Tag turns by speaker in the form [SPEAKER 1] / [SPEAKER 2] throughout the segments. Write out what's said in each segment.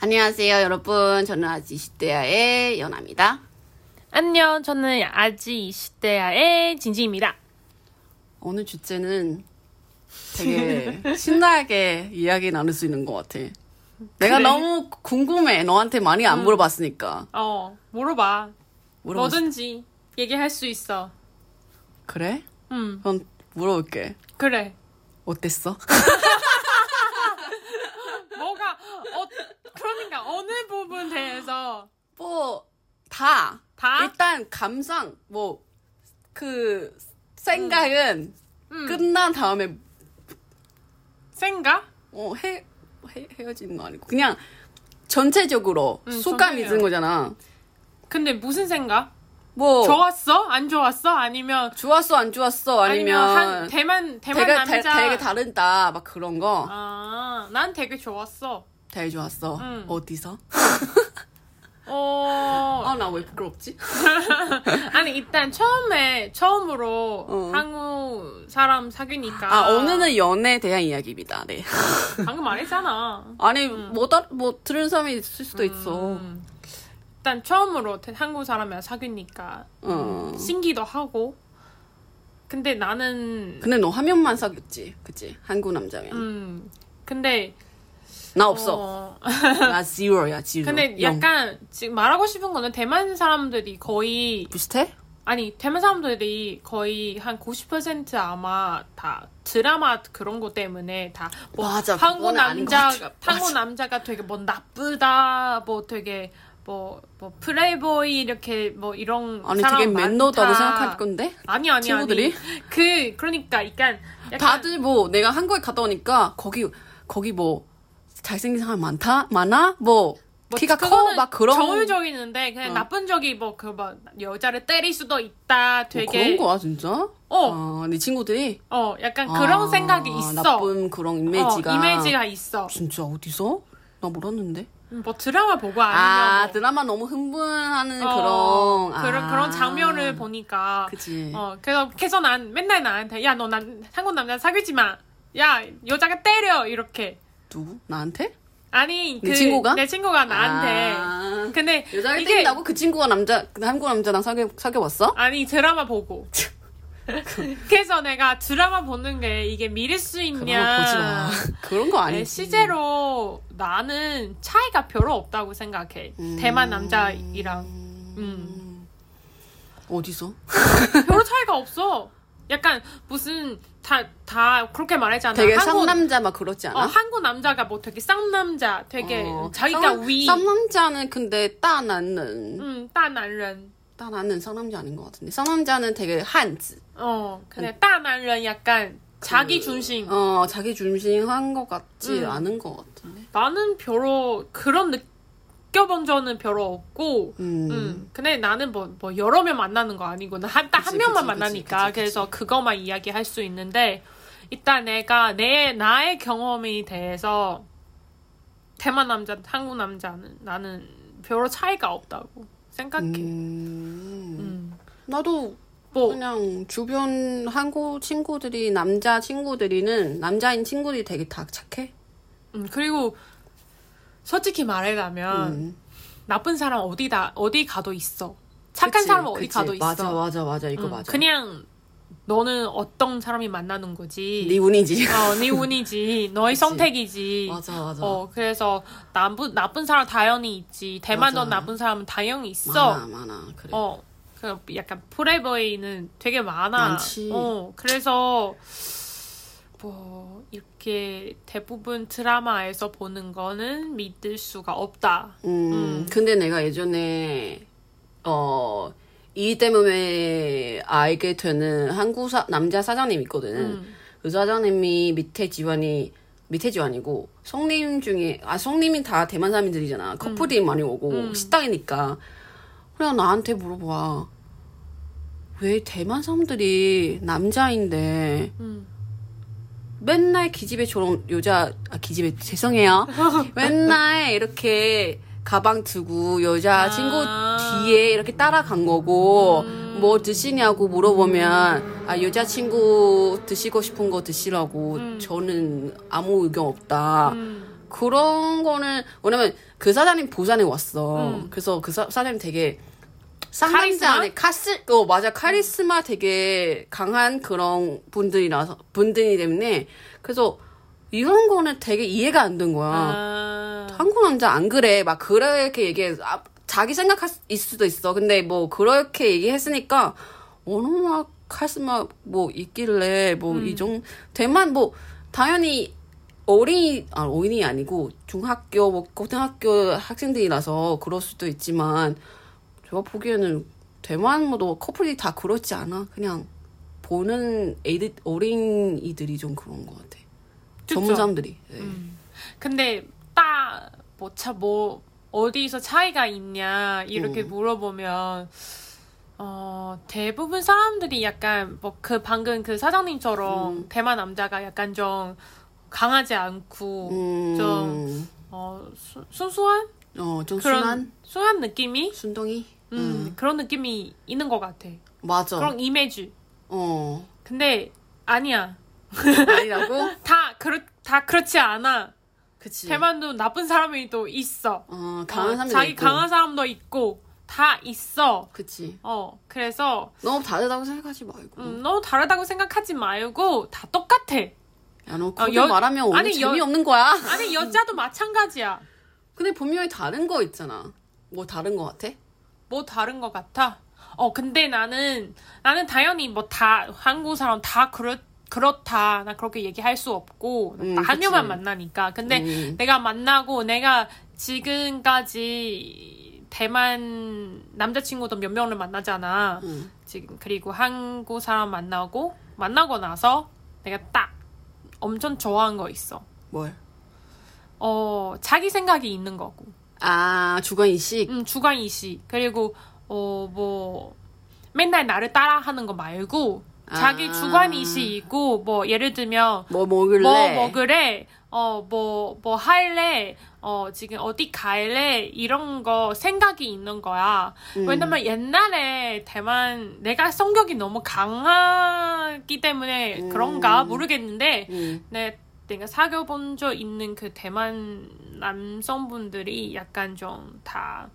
[SPEAKER 1] 안녕하세요, 여러분. 저는 아직 10대야의 연아입니다.
[SPEAKER 2] 안녕, 저는 아직 20대야의 진지입니다.
[SPEAKER 1] 오늘 주제는 되게 신나게 이야기 나눌 수 있는 것 같아. 내가 너무 궁금해. 너한테 많이 안 물어봤으니까.
[SPEAKER 2] 어, 물어봐.
[SPEAKER 1] 물어봤-
[SPEAKER 2] 뭐든지 얘기할 수 있어.
[SPEAKER 1] 그래?
[SPEAKER 2] 음,
[SPEAKER 1] 그럼 물어볼게.
[SPEAKER 2] 그래.
[SPEAKER 1] 어땠어?
[SPEAKER 2] 뭐가, 어, 그러니까 어느 부분 대해서
[SPEAKER 1] 뭐, 다.
[SPEAKER 2] 다?
[SPEAKER 1] 일단, 감상, 뭐, 그, 생각은
[SPEAKER 2] 음.
[SPEAKER 1] 끝난 다음에,
[SPEAKER 2] 생각?
[SPEAKER 1] 어, 헤, 헤, 헤어지는 거 아니고. 그냥, 전체적으로
[SPEAKER 2] 음,
[SPEAKER 1] 소감이
[SPEAKER 2] 전체적으로.
[SPEAKER 1] 드는 거잖아.
[SPEAKER 2] 근데 무슨 생각?
[SPEAKER 1] 뭐,
[SPEAKER 2] 좋았어? 안 좋았어? 아니면,
[SPEAKER 1] 좋았어 안 좋았어 아니면,
[SPEAKER 2] 아니면 한, 대만, 대만
[SPEAKER 1] 되게
[SPEAKER 2] 남자.
[SPEAKER 1] 다- 되게 다른다 막 그런 거
[SPEAKER 2] 아, 난 되게 좋았어.
[SPEAKER 1] 되게 좋았어
[SPEAKER 2] 음.
[SPEAKER 1] 어디서
[SPEAKER 2] 어,
[SPEAKER 1] 아 나 왜 부끄럽지
[SPEAKER 2] 아니, 일단 처음에, 처음으로
[SPEAKER 1] 어.
[SPEAKER 2] 한국 사람 사귀니까.
[SPEAKER 1] 아 오늘은 연애에 대한 이야기입니다 네
[SPEAKER 2] 방금 말했잖아.
[SPEAKER 1] 아니 뭐, 다, 뭐 들은 사람이 있을 수도 있어
[SPEAKER 2] 음. 일단 처음으로 태- 한국 사람이랑 사귀니까
[SPEAKER 1] 어.
[SPEAKER 2] 신기도 하고. 근데 나는
[SPEAKER 1] 근데 너 화면만 사귀었지 그치 한국 남자면
[SPEAKER 2] 음 근데
[SPEAKER 1] 나 없어
[SPEAKER 2] 어,
[SPEAKER 1] 나 zero야 zero
[SPEAKER 2] 근데
[SPEAKER 1] 영.
[SPEAKER 2] 약간 지금 말하고 싶은 거는 대만 사람들이 거의
[SPEAKER 1] 비슷해
[SPEAKER 2] 아니 대만 사람들이 거의 한 90% 아마 다 드라마 그런 거 때문에 다 뭐
[SPEAKER 1] 맞아,
[SPEAKER 2] 한국
[SPEAKER 1] 그건 아닌 것
[SPEAKER 2] 남자
[SPEAKER 1] 같아.
[SPEAKER 2] 한국
[SPEAKER 1] 맞아.
[SPEAKER 2] 남자가 되게 뭐 나쁘다 뭐 되게 뭐, 뭐 플레이보이 이렇게 뭐 이런
[SPEAKER 1] 아니
[SPEAKER 2] 사람
[SPEAKER 1] 되게
[SPEAKER 2] 많다.
[SPEAKER 1] 맨너다고 생각할 건데
[SPEAKER 2] 아니 아니
[SPEAKER 1] 친구들이?
[SPEAKER 2] 아니. 그 그러니까 약간, 약간
[SPEAKER 1] 다들 뭐 내가 한국에 갔다 오니까 거기 거기 뭐 잘생긴 사람 많다 많아 뭐
[SPEAKER 2] 뭐
[SPEAKER 1] 키가 커
[SPEAKER 2] 그거는
[SPEAKER 1] 막 그런 어.
[SPEAKER 2] 저울적이는데 그냥 나쁜 적이 뭐 그 막 여자를 때릴 수도 있다
[SPEAKER 1] 뭐
[SPEAKER 2] 되게
[SPEAKER 1] 그런 거야 진짜?
[SPEAKER 2] 어.
[SPEAKER 1] 아, 네 친구들이
[SPEAKER 2] 어 약간 그런
[SPEAKER 1] 아,
[SPEAKER 2] 생각이 있어
[SPEAKER 1] 나쁜 그런 이미지가.
[SPEAKER 2] 어, 이미지가 있어
[SPEAKER 1] 진짜 어디서? 나 몰랐는데.
[SPEAKER 2] 음, 뭐 드라마 보고
[SPEAKER 1] 아
[SPEAKER 2] 아니면 뭐,
[SPEAKER 1] 드라마 너무 흥분하는
[SPEAKER 2] 어,
[SPEAKER 1] 그런
[SPEAKER 2] 그런
[SPEAKER 1] 아.
[SPEAKER 2] 그런 장면을 보니까
[SPEAKER 1] 그치.
[SPEAKER 2] 어 그래서 그래서 난 맨날 나한테 야 너 난 한국 남자 사귀지 마야 여자가 때려 이렇게
[SPEAKER 1] 누구? 나한테?
[SPEAKER 2] 아니
[SPEAKER 1] 네
[SPEAKER 2] 그-
[SPEAKER 1] 친구가?
[SPEAKER 2] 내 친구가 나한테
[SPEAKER 1] 아.
[SPEAKER 2] 근데
[SPEAKER 1] 여자를
[SPEAKER 2] 이게
[SPEAKER 1] 때린다고 그 친구가 남자 그 한국 남자랑 사귀 사귀어 봤어?
[SPEAKER 2] 아니 드라마 보고 그래서 내가 드라마 보는 게 이게 미룰 수
[SPEAKER 1] 그런
[SPEAKER 2] 있냐
[SPEAKER 1] 거 보지 마. 그런 거
[SPEAKER 2] 네,
[SPEAKER 1] 아니지.
[SPEAKER 2] 실제로 나는 차이가 별로 없다고 생각해 대만 남자이랑
[SPEAKER 1] 음. 어디서?
[SPEAKER 2] 별로 차이가 없어 약간 무슨 다, 다 그렇게 말했잖아
[SPEAKER 1] 되게
[SPEAKER 2] 한국,
[SPEAKER 1] 상남자 막 그렇지 않아?
[SPEAKER 2] 어, 한국 남자가 뭐 되게 쌍남자 되게
[SPEAKER 1] 어,
[SPEAKER 2] 자기가
[SPEAKER 1] 쌍남-
[SPEAKER 2] 위
[SPEAKER 1] 쌍남자는 근데 따나는
[SPEAKER 2] 음, 따男人
[SPEAKER 1] 따나는 쌍남자 아닌 것 같은데 쌍남자는 되게 한지
[SPEAKER 2] 어
[SPEAKER 1] 음.
[SPEAKER 2] 근데 따男人 약간 자기 중심
[SPEAKER 1] 어 자기 중심한 것 같지
[SPEAKER 2] 음.
[SPEAKER 1] 않은 것 같은데
[SPEAKER 2] 나는 별로 그런 느껴본 적은 별로 없고
[SPEAKER 1] 음,
[SPEAKER 2] 음, 근데 나는 뭐, 뭐 여러 명 만나는 거 아니고 한 딱
[SPEAKER 1] 그치,
[SPEAKER 2] 한 명만
[SPEAKER 1] 그치,
[SPEAKER 2] 만나니까
[SPEAKER 1] 그치, 그치,
[SPEAKER 2] 그래서 그거만 이야기할 수 있는데 일단 내가 내 나의 경험에 대해서 대만 남자, 한국 남자는 나는 별로 차이가 없다고 생각해.
[SPEAKER 1] 음.
[SPEAKER 2] 음.
[SPEAKER 1] 나도
[SPEAKER 2] 뭐
[SPEAKER 1] 그냥 주변 한국 친구들이 남자 친구들이는 남자인 친구들이 되게 다 착해
[SPEAKER 2] 음, 그리고 솔직히 말하자면
[SPEAKER 1] 음.
[SPEAKER 2] 나쁜 사람 어디다 어디 가도 있어. 착한
[SPEAKER 1] 그치,
[SPEAKER 2] 사람 은 어디
[SPEAKER 1] 그치.
[SPEAKER 2] 가도 있어.
[SPEAKER 1] 맞아 맞아 맞아 이거
[SPEAKER 2] 음,
[SPEAKER 1] 맞아
[SPEAKER 2] 그냥 너는 어떤 사람이 만나는 거지.
[SPEAKER 1] 네 운이지
[SPEAKER 2] 어, 네 운이지. 너의
[SPEAKER 1] 그치.
[SPEAKER 2] 선택이지.
[SPEAKER 1] 맞아 맞아
[SPEAKER 2] 어, 그래서 나쁜 나쁜 사람 당연히 있지. 대만도
[SPEAKER 1] 맞아.
[SPEAKER 2] 나쁜 사람은 당연히 있어.
[SPEAKER 1] 많아 많아 그래
[SPEAKER 2] 어. 그 약간 프레버이는 되게 많아.
[SPEAKER 1] 많지.
[SPEAKER 2] 어. 그래서 뭐 이렇게 대부분 드라마에서 보는 거는 믿을 수가 없다.
[SPEAKER 1] 음, 근데 내가 예전에 어, 이 때문에 알게 되는 한국 사- 남자 사장님 있거든. 그 사장님이 밑에 지원이 밑에 지원이고 성님 중에 아 성님이 다 대만 사람들이잖아. 커플이 많이 오고 식당이니까 그냥 나한테 물어봐. 왜 대만 사람들이 남자인데
[SPEAKER 2] 음.
[SPEAKER 1] 맨날 기집애 저런 여자 아 기집애 죄송해요 맨날 이렇게 가방 들고 여자 친구
[SPEAKER 2] 아.
[SPEAKER 1] 뒤에 이렇게 따라간 거고
[SPEAKER 2] 음.
[SPEAKER 1] 뭐 드시냐고 물어보면 아 여자 친구 드시고 싶은 거 드시라고 저는 아무 의견 없다
[SPEAKER 2] 음.
[SPEAKER 1] 그런 거는 왜냐면 그 사장님 부산에 왔어. 그래서 그 사, 사장님 되게 상남자
[SPEAKER 2] 음. 카리스마?
[SPEAKER 1] 안에 카스 어 맞아 카리스마 되게 강한 그런 분들이라서 분들이 때문에 그래서 이런 거는 되게 이해가 안 된 거야.
[SPEAKER 2] 아,
[SPEAKER 1] 한국 남자 안 그래 막 그렇게 얘기해 아, 자기 생각할 수- 있을 수도 있어. 근데 뭐 그렇게 얘기했으니까 얼마나 카리스마 뭐 있길래 뭐
[SPEAKER 2] 음.
[SPEAKER 1] 이 정 대만 뭐 당연히 어린이 아 어린이 아니고 중학교 뭐 고등학교 학생들이라서 그럴 수도 있지만 제가 보기에는 대만도 뭐 커플이 다 그렇지 않아 그냥 보는 애들 어린이들이 좀 그런 것 같아
[SPEAKER 2] 그쵸. 음.
[SPEAKER 1] 전문 사람들이 네.
[SPEAKER 2] 근데 딱뭐차뭐 어디서 차이가 있냐 이렇게
[SPEAKER 1] 음.
[SPEAKER 2] 물어보면 어 대부분 사람들이 약간 뭐 그 방금 그 사장님처럼
[SPEAKER 1] 음.
[SPEAKER 2] 대만 남자가 약간 좀 강하지 않고
[SPEAKER 1] 음,
[SPEAKER 2] 좀 어 수- 순수한
[SPEAKER 1] 어, 좀
[SPEAKER 2] 그런
[SPEAKER 1] 순한
[SPEAKER 2] 순한 느낌이
[SPEAKER 1] 순둥이.
[SPEAKER 2] 음, 그런 느낌이 있는 것 같아
[SPEAKER 1] 맞아.
[SPEAKER 2] 그런 이미지
[SPEAKER 1] 어.
[SPEAKER 2] 근데 아니야
[SPEAKER 1] 아니라고?
[SPEAKER 2] 다 그렇 다 그렇지 않아
[SPEAKER 1] 그치.
[SPEAKER 2] 대만도 나쁜 사람이 또 있어
[SPEAKER 1] 어, 강한
[SPEAKER 2] 어,
[SPEAKER 1] 사람들.
[SPEAKER 2] 자기
[SPEAKER 1] 있고.
[SPEAKER 2] 강한 사람도 있고 다 있어.
[SPEAKER 1] 그치.
[SPEAKER 2] 어 그래서
[SPEAKER 1] 너무 다르다고 생각하지 말고.
[SPEAKER 2] 음, 너무 다르다고 생각하지 말고 다 똑같아.
[SPEAKER 1] 야, 너 그렇게
[SPEAKER 2] 여-
[SPEAKER 1] 말하면 오늘
[SPEAKER 2] 아니, 여-
[SPEAKER 1] 재미없는 거야.
[SPEAKER 2] 아니 여자도 마찬가지야.
[SPEAKER 1] 근데 분명히 다른 거 있잖아. 뭐 다른 거 같아?
[SPEAKER 2] 뭐 다른 것 같아. 어 근데 나는 나는 당연히 뭐 다 한국 사람 다 그렇 그렇다. 나 그렇게 얘기할 수 없고
[SPEAKER 1] 음,
[SPEAKER 2] 나
[SPEAKER 1] 그치.
[SPEAKER 2] 한여만 만나니까. 근데
[SPEAKER 1] 음.
[SPEAKER 2] 내가 만나고 내가 지금까지 대만 남자친구도 몇 명을 만나잖아.
[SPEAKER 1] 음.
[SPEAKER 2] 지금 그리고 한국 사람 만나고 만나고 나서 내가 딱 엄청 좋아한 거 있어.
[SPEAKER 1] 뭘?
[SPEAKER 2] 어 자기 생각이 있는 거고,
[SPEAKER 1] 아, 주관인식.
[SPEAKER 2] 음 주관이시 그리고 어 뭐 맨날 나를 따라하는 거 말고 자기
[SPEAKER 1] 아.
[SPEAKER 2] 주관이시 있고 뭐 예를 들면
[SPEAKER 1] 뭐 먹을래?
[SPEAKER 2] 뭐 먹으래, 어뭐 뭐 할래, 어 지금 어디 갈래 이런 거 생각이 있는 거야.
[SPEAKER 1] 음.
[SPEAKER 2] 왜냐면 옛날에 대만 내가 성격이 너무 강하기 때문에 그런가 모르겠는데
[SPEAKER 1] 음.
[SPEAKER 2] 내 내가 사귀어 본 적 있는 그 대만 남성분들이 약간 좀 다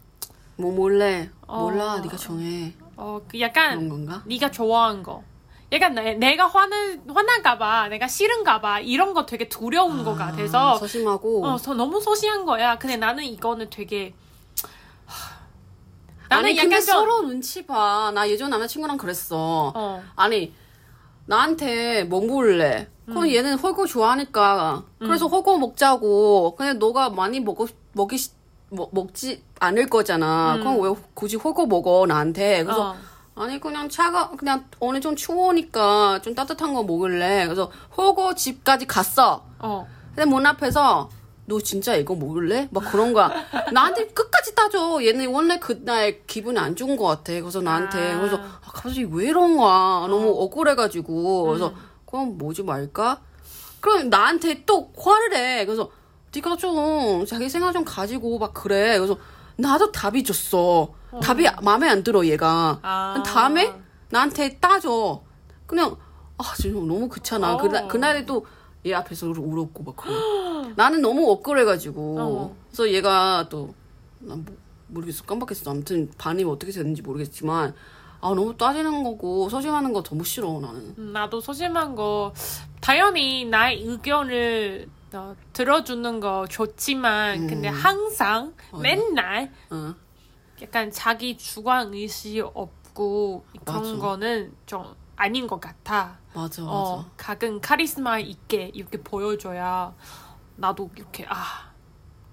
[SPEAKER 1] 뭐 몰래?
[SPEAKER 2] 어.
[SPEAKER 1] 몰라, 네가 정해.
[SPEAKER 2] 어, 그 약간
[SPEAKER 1] 그런 건가?
[SPEAKER 2] 네가 좋아하는 거. 약간 내, 내가 화는 화난가 봐. 내가 싫은가 봐. 이런 거 되게 두려운 거 같아서
[SPEAKER 1] 서심하고.
[SPEAKER 2] 어, 저 너무 소심한 거야. 근데 나는 이거는 되게 하, 나는
[SPEAKER 1] 아니,
[SPEAKER 2] 약간
[SPEAKER 1] 근데
[SPEAKER 2] 좀
[SPEAKER 1] 서로 눈치 봐. 나 예전 남자친구랑 그랬어.
[SPEAKER 2] 어.
[SPEAKER 1] 아니 나한테 뭐 먹을래? 그럼 얘는 훠궈 좋아하니까 그래서 훠궈 먹자고 근데 너가 많이 먹어 먹이 시- 먹- 먹지 않을 거잖아 그럼 왜 굳이 훠궈 먹어 나한테 네, 그래서
[SPEAKER 2] 어.
[SPEAKER 1] 아니 그냥 차가 그냥 오늘 좀 추우니까 좀 따뜻한 거 먹을래 그래서 훠궈 집까지 갔어
[SPEAKER 2] 어.
[SPEAKER 1] 근데 문 앞에서 너 진짜 이거 먹을래? 막 그런 거야. 나한테 끝까지 따져. 얘는 원래 그날 기분이 안 좋은 것 같아. 그래서 나한테
[SPEAKER 2] 아.
[SPEAKER 1] 그래서 아, 갑자기 왜 이런 거야. 너무 억울해가지고 그래서 그럼 뭐지 말까? 그럼 나한테 또 화를 해. 그래서 네가 좀 자기 생각 좀 가지고 막 그래. 그래서 나도 답이 줬어. 답이 마음에 안 들어 얘가.
[SPEAKER 2] 아.
[SPEAKER 1] 다음에 나한테 따져. 그냥 아 진짜 너무 그찮아.
[SPEAKER 2] 어.
[SPEAKER 1] 그날 그날에 또 얘 앞에서 울- 울었고 막 그러고 나는 너무 억울해가지고
[SPEAKER 2] 어.
[SPEAKER 1] 그래서 얘가 또난 뭐, 모르겠어 깜빡했어. 아무튼 반응이 어떻게 됐는지 모르겠지만 아 너무 따지는 거고 서심하는 거 너무 싫어 나는.
[SPEAKER 2] 음, 나도 소심한 거 당연히 나의 의견을 어, 들어주는 거
[SPEAKER 1] 음.
[SPEAKER 2] 좋지만 근데 항상
[SPEAKER 1] 네.
[SPEAKER 2] 맨날
[SPEAKER 1] 어.
[SPEAKER 2] 약간 자기 주관 의식 없고 그런
[SPEAKER 1] 맞아.
[SPEAKER 2] 거는 좀 아닌 것 같아.
[SPEAKER 1] 맞아 맞아.
[SPEAKER 2] 어, 각은 카리스마 있게 이렇게 보여줘야 나도 이렇게 아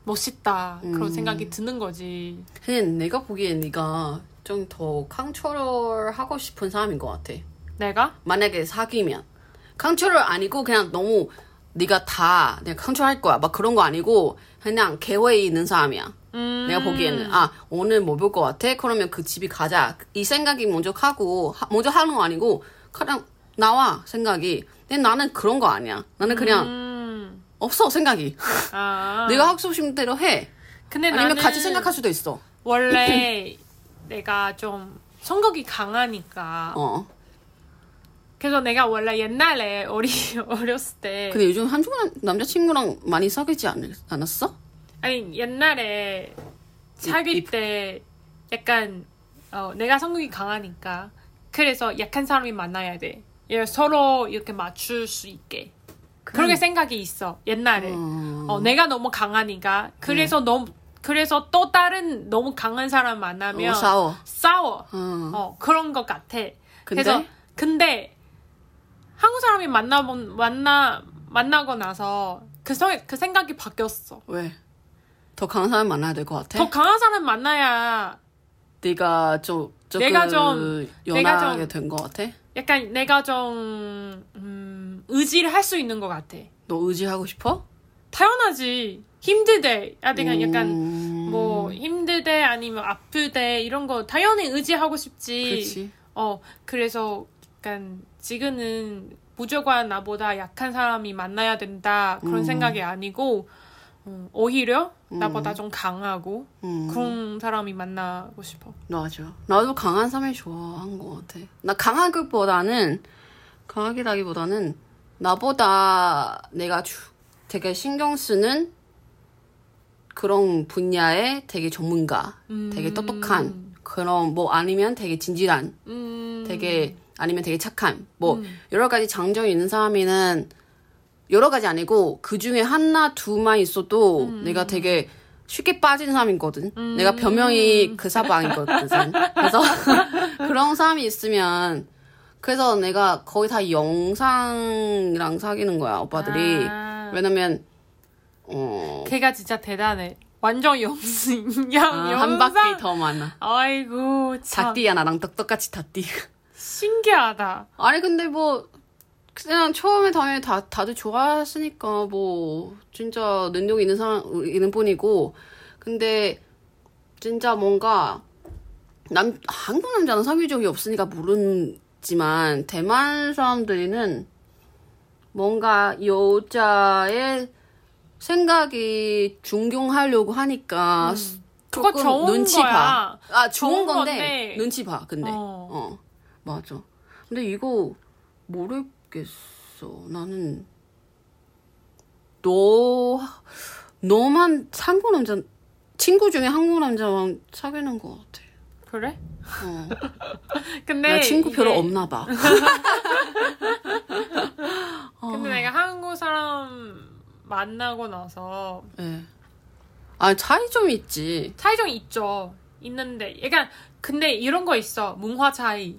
[SPEAKER 2] 멋있다
[SPEAKER 1] 음.
[SPEAKER 2] 그런 생각이 드는 거지.
[SPEAKER 1] 근데 내가 보기엔 네가 좀 더 컨트롤 하고 싶은 사람인 것 같아.
[SPEAKER 2] 내가
[SPEAKER 1] 만약에 사귀면 컨트롤 아니고 그냥 너무 네가 다 내가 컨트롤 할 거야 막 그런 거 아니고 그냥 계획이 있는 사람이야
[SPEAKER 2] 음.
[SPEAKER 1] 내가 보기에는 아 오늘 뭐 볼 것 같아 그러면 그 집이 가자 이 생각이 먼저 하고 하- 먼저 하는 거 아니고 그냥 나와 생각이 근데 나는 그런 거 아니야 나는 그냥
[SPEAKER 2] 음,
[SPEAKER 1] 없어 생각이
[SPEAKER 2] 아
[SPEAKER 1] 내가 하고 싶은 대로 해
[SPEAKER 2] 근데
[SPEAKER 1] 아니면
[SPEAKER 2] 나는
[SPEAKER 1] 같이 생각할 수도 있어
[SPEAKER 2] 아, 원래 내가 좀 성격이 강하니까
[SPEAKER 1] 어
[SPEAKER 2] 그래서 내가 원래 옛날에 어리 어렸을 때
[SPEAKER 1] 근데 요즘 한국 남- 남자친구랑 많이 사귀지 않, 않았어?
[SPEAKER 2] 아니 옛날에
[SPEAKER 1] 이-
[SPEAKER 2] 사귈
[SPEAKER 1] 이-
[SPEAKER 2] 때 약간 어, 내가 성격이 강하니까 그래서 약한 사람이 만나야 돼. 예, 서로 이렇게 맞출 수 있게 그런 게 생각이 있어 옛날에.
[SPEAKER 1] 어,
[SPEAKER 2] 어, 내가 너무 강하니까 그래서 너무 그래서 또 다른 너무 강한 사람 만나면
[SPEAKER 1] 어, 싸워.
[SPEAKER 2] 싸워.
[SPEAKER 1] 어.
[SPEAKER 2] 어, 그런 것 같아.
[SPEAKER 1] 근데?
[SPEAKER 2] 그래서 근데 한국 사람이 만나본 만나 만나고 나서 그, 성, 그 생각이 바뀌었어.
[SPEAKER 1] 왜? 더 강한 사람 만나야 될 것 같아?
[SPEAKER 2] 더 강한 사람 만나야
[SPEAKER 1] 네가 좀 조금
[SPEAKER 2] 내가 좀- 내가 좀-
[SPEAKER 1] 연하게 된 것 같아?
[SPEAKER 2] 약간 내가 좀 음, 의지를 할 수 있는 것 같아.
[SPEAKER 1] 너 의지하고 싶어?
[SPEAKER 2] 당연하지 힘들대. 아, 내가 약간
[SPEAKER 1] 음,
[SPEAKER 2] 뭐 힘들대 아니면 아프대 이런 거 당연히 의지하고 싶지.
[SPEAKER 1] 그렇지.
[SPEAKER 2] 어, 그래서 약간 지금은 무조건 나보다 약한 사람이 만나야 된다
[SPEAKER 1] 음.
[SPEAKER 2] 그런 생각이 아니고 어, 오히려 나보다 좀 강하고
[SPEAKER 1] 음,
[SPEAKER 2] 그런 사람이 만나고 싶어.
[SPEAKER 1] 맞아. 나도 강한 사람이 좋아한 것 같아. 나 강한 것보다는 강하기라기보다는 나보다 내가 주- 되게 신경 쓰는 그런 분야에 되게 전문가, 되게 똑똑한 그런 뭐 아니면 되게 진지한
[SPEAKER 2] 음,
[SPEAKER 1] 되게 아니면 되게 착한 뭐 여러 가지 장점이 있는 사람이는 여러 가지 아니고 그 중에 하나 두만 있어도 내가 되게 쉽게 빠진 사람이거든. 내가 변명이 그 사방이거든. 그래서 그런 사람이 있으면 그래서 내가 거의 다 영상이랑 사귀는 거야 오빠들이.
[SPEAKER 2] 아,
[SPEAKER 1] 왜냐면 어,
[SPEAKER 2] 걔가 진짜 대단해. 완전 영승 양
[SPEAKER 1] 아,
[SPEAKER 2] 영상.
[SPEAKER 1] 한 바퀴 더 많아.
[SPEAKER 2] 아이고 참
[SPEAKER 1] 닭띠야 나랑 똑- 똑같이 닭띠.
[SPEAKER 2] 신기하다.
[SPEAKER 1] 아니 근데 뭐 그냥 처음에 당연히 다 다들 좋아했으니까 뭐 진짜 능력 있는 사람 있는 분이고 근데 진짜 뭔가 남 한국 남자는 사귄 적이 없으니까 모르지만 대만 사람들이는 뭔가 여자의 생각이 존경하려고 하니까
[SPEAKER 2] 음. 그거
[SPEAKER 1] 조금
[SPEAKER 2] 좋은
[SPEAKER 1] 눈치
[SPEAKER 2] 거야.
[SPEAKER 1] 봐. 아
[SPEAKER 2] 좋은
[SPEAKER 1] 좋은 건데,
[SPEAKER 2] 건데.
[SPEAKER 1] 눈치 봐. 근데
[SPEAKER 2] 어.
[SPEAKER 1] 어 맞아. 근데 이거 모르겠어. 나는 너 너만 한국 남자 친구 중에 한국 남자만 사귀는 것 같아.
[SPEAKER 2] 그래?
[SPEAKER 1] 어.
[SPEAKER 2] 근데
[SPEAKER 1] 나 친구 별로
[SPEAKER 2] 이게-
[SPEAKER 1] 없나 봐. 어.
[SPEAKER 2] 근데 내가 한국 사람 만나고 나서
[SPEAKER 1] 예. 아 차이점이 있지.
[SPEAKER 2] 차이점 있죠. 있는데, 약간 근데 이런 거 있어. 문화 차이.